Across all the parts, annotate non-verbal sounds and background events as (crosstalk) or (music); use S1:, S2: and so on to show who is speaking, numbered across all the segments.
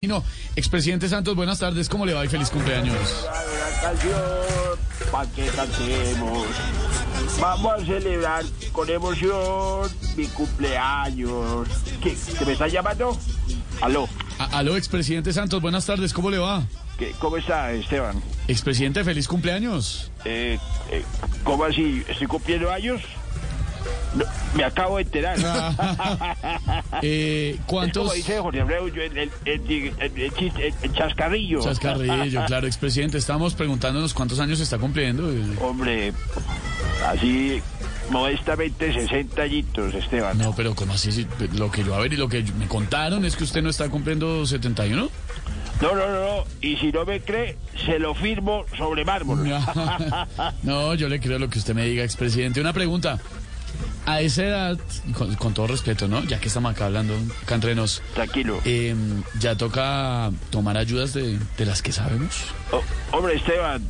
S1: Y no, expresidente Santos, buenas tardes, ¿cómo le va y feliz cumpleaños?
S2: una canción pa' que cantemos. Vamos a celebrar con emoción mi cumpleaños. ¿Qué? ¿Que me está llamando? Aló,
S1: A- aló, expresidente Santos, buenas tardes, ¿cómo le va?
S2: ¿qué- ¿cómo está Esteban?
S1: Expresidente, feliz cumpleaños.
S2: Eh, eh, ¿Cómo así? ¿Estoy cumpliendo años? No, me acabo de enterar.
S1: Eh,
S2: Es como
S1: ¿Cuántos?
S2: dice Jorge Abreu, yo, el, el- el- el- el chis- el- el chascarrillo.
S1: Chascarrillo, claro, expresidente, estamos preguntándonos cuántos años está cumpliendo. eh.
S2: Hombre, así modestamente 60 añitos, Esteban.
S1: No, pero ¿cómo así? Si Lo que yo, a ver, y lo que me contaron es que usted no está cumpliendo 71.
S2: No, no, no, no. Y si no me cree, se lo firmo sobre mármol.
S1: No, yo le creo lo que usted me diga, expresidente. Una pregunta. A esa edad, y con, con todo respeto, ¿no? Ya que estamos acá hablando, acá entre nos,
S2: Tranquilo.
S1: eh, ¿ya toca tomar ayudas de, de las que sabemos?
S2: Oh, hombre, Esteban,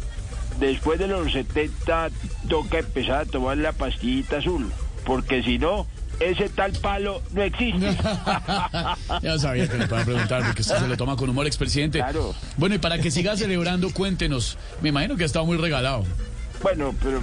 S2: después de los 70 toca empezar a tomar la pastillita azul. Porque si no, ese tal palo no existe.
S1: Ya sabía que le iban a preguntar, porque usted se lo toma con humor, expresidente.
S2: Claro.
S1: Bueno, y para que siga celebrando, cuéntenos. Me imagino que ha estado muy regalado.
S2: bueno, pero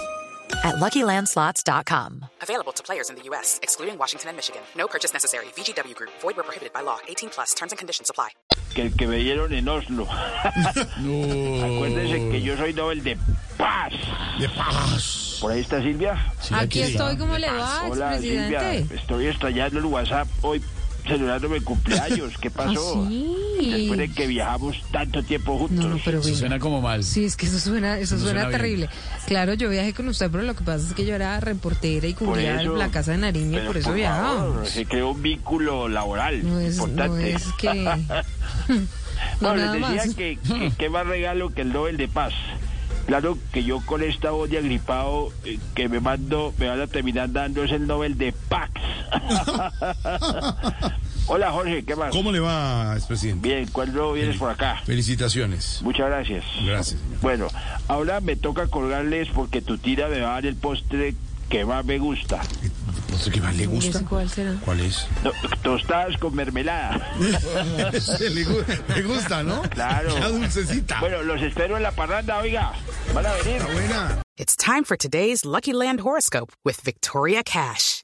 S3: at luckylandslots.com.
S4: Available to players in the U.S., excluding Washington and Michigan. No purchase necessary. VGW Group, void were prohibited by law. 18 plus terms and conditions apply.
S2: que, que me dieron en Oslo? (laughs)
S1: No.
S2: Acuérdense que yo soy Nobel de Paz.
S1: De paz.
S2: ¿Por ahí está Silvia?
S1: Sí,
S5: Aquí
S1: está.
S5: estoy, ¿cómo le va,
S2: Hola, Silvia.
S5: expresidente?
S2: Estoy extrañando el WhatsApp hoy celebrándome el cumpleaños. ¿Qué pasó? Después de
S5: Ah, Sí.
S2: que viajamos tanto tiempo juntos.
S5: No, no, pero
S1: Eso
S5: venga.
S1: suena como mal.
S5: Sí, es que eso suena, eso
S1: No
S5: suena,
S1: suena bien.
S5: terrible. Claro, yo viajé con usted, pero lo que pasa es que yo era reportera y
S2: Por
S5: cubría
S2: eso-
S5: la casa de Nariño y
S2: pero
S5: por eso
S2: favor,
S5: viajábamos.
S2: Se creó un pues, vínculo laboral
S5: No es, no
S2: importante.
S5: es
S1: (laughs)
S5: que. no,
S2: No, les
S5: nada
S2: decía
S5: más. (laughs)
S2: que, que qué más regalo que el Nobel de Paz. Claro que yo con esta voz de agripado eh, que me mando, me van a terminar dando es el Nobel de
S6: (laughs)
S2: Pax. Hola Jorge, ¿qué más?
S6: ¿Cómo le va, expresidente?
S2: Bien, ¿cuándo vienes por acá?
S6: Felicitaciones.
S2: Muchas gracias.
S6: Gracias, señor.
S2: Bueno, ahora me toca colgarles porque tu tira me va a dar el postre que más me gusta.
S6: No sé qué más le
S5: ¿Y
S6: gusta.
S5: ese cuál será?
S2: (laughs)
S6: ¿Cuál es? (laughs)
S2: No, tostadas con mermelada.
S6: le, gu- le gusta, ¿no?
S2: Claro.
S6: La dulcecita.
S2: Bueno, los espero en la parranda, oiga. Van a venir.
S6: Está buena.
S4: It's time for today's Lucky Land horoscope with Victoria Cash.